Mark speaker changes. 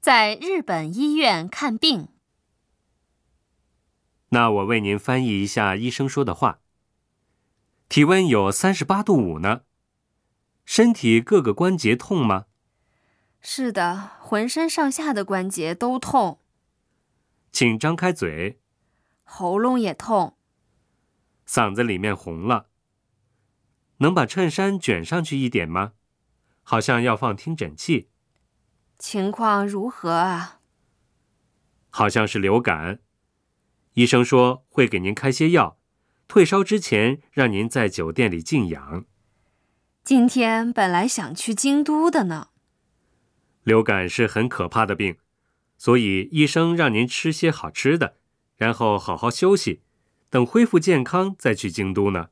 Speaker 1: 在日本医院看病。
Speaker 2: 那我为您翻译一下医生说的话。体温有三十八度五呢，身体各个关节痛吗？
Speaker 1: 是的，浑身上下的关节都痛，
Speaker 2: 请张开嘴，
Speaker 1: 喉咙也痛。
Speaker 2: 嗓子里面红了。能把衬衫卷上去一点吗？好像要放听诊器，
Speaker 1: 情况如何啊？
Speaker 2: 好像是流感。医生说会给您开些药，退烧之前让您在酒店里静养。
Speaker 1: 今天本来想去京都的呢。
Speaker 2: 流感是很可怕的病，所以医生让您吃些好吃的，然后好好休息，等恢复健康再去京都呢。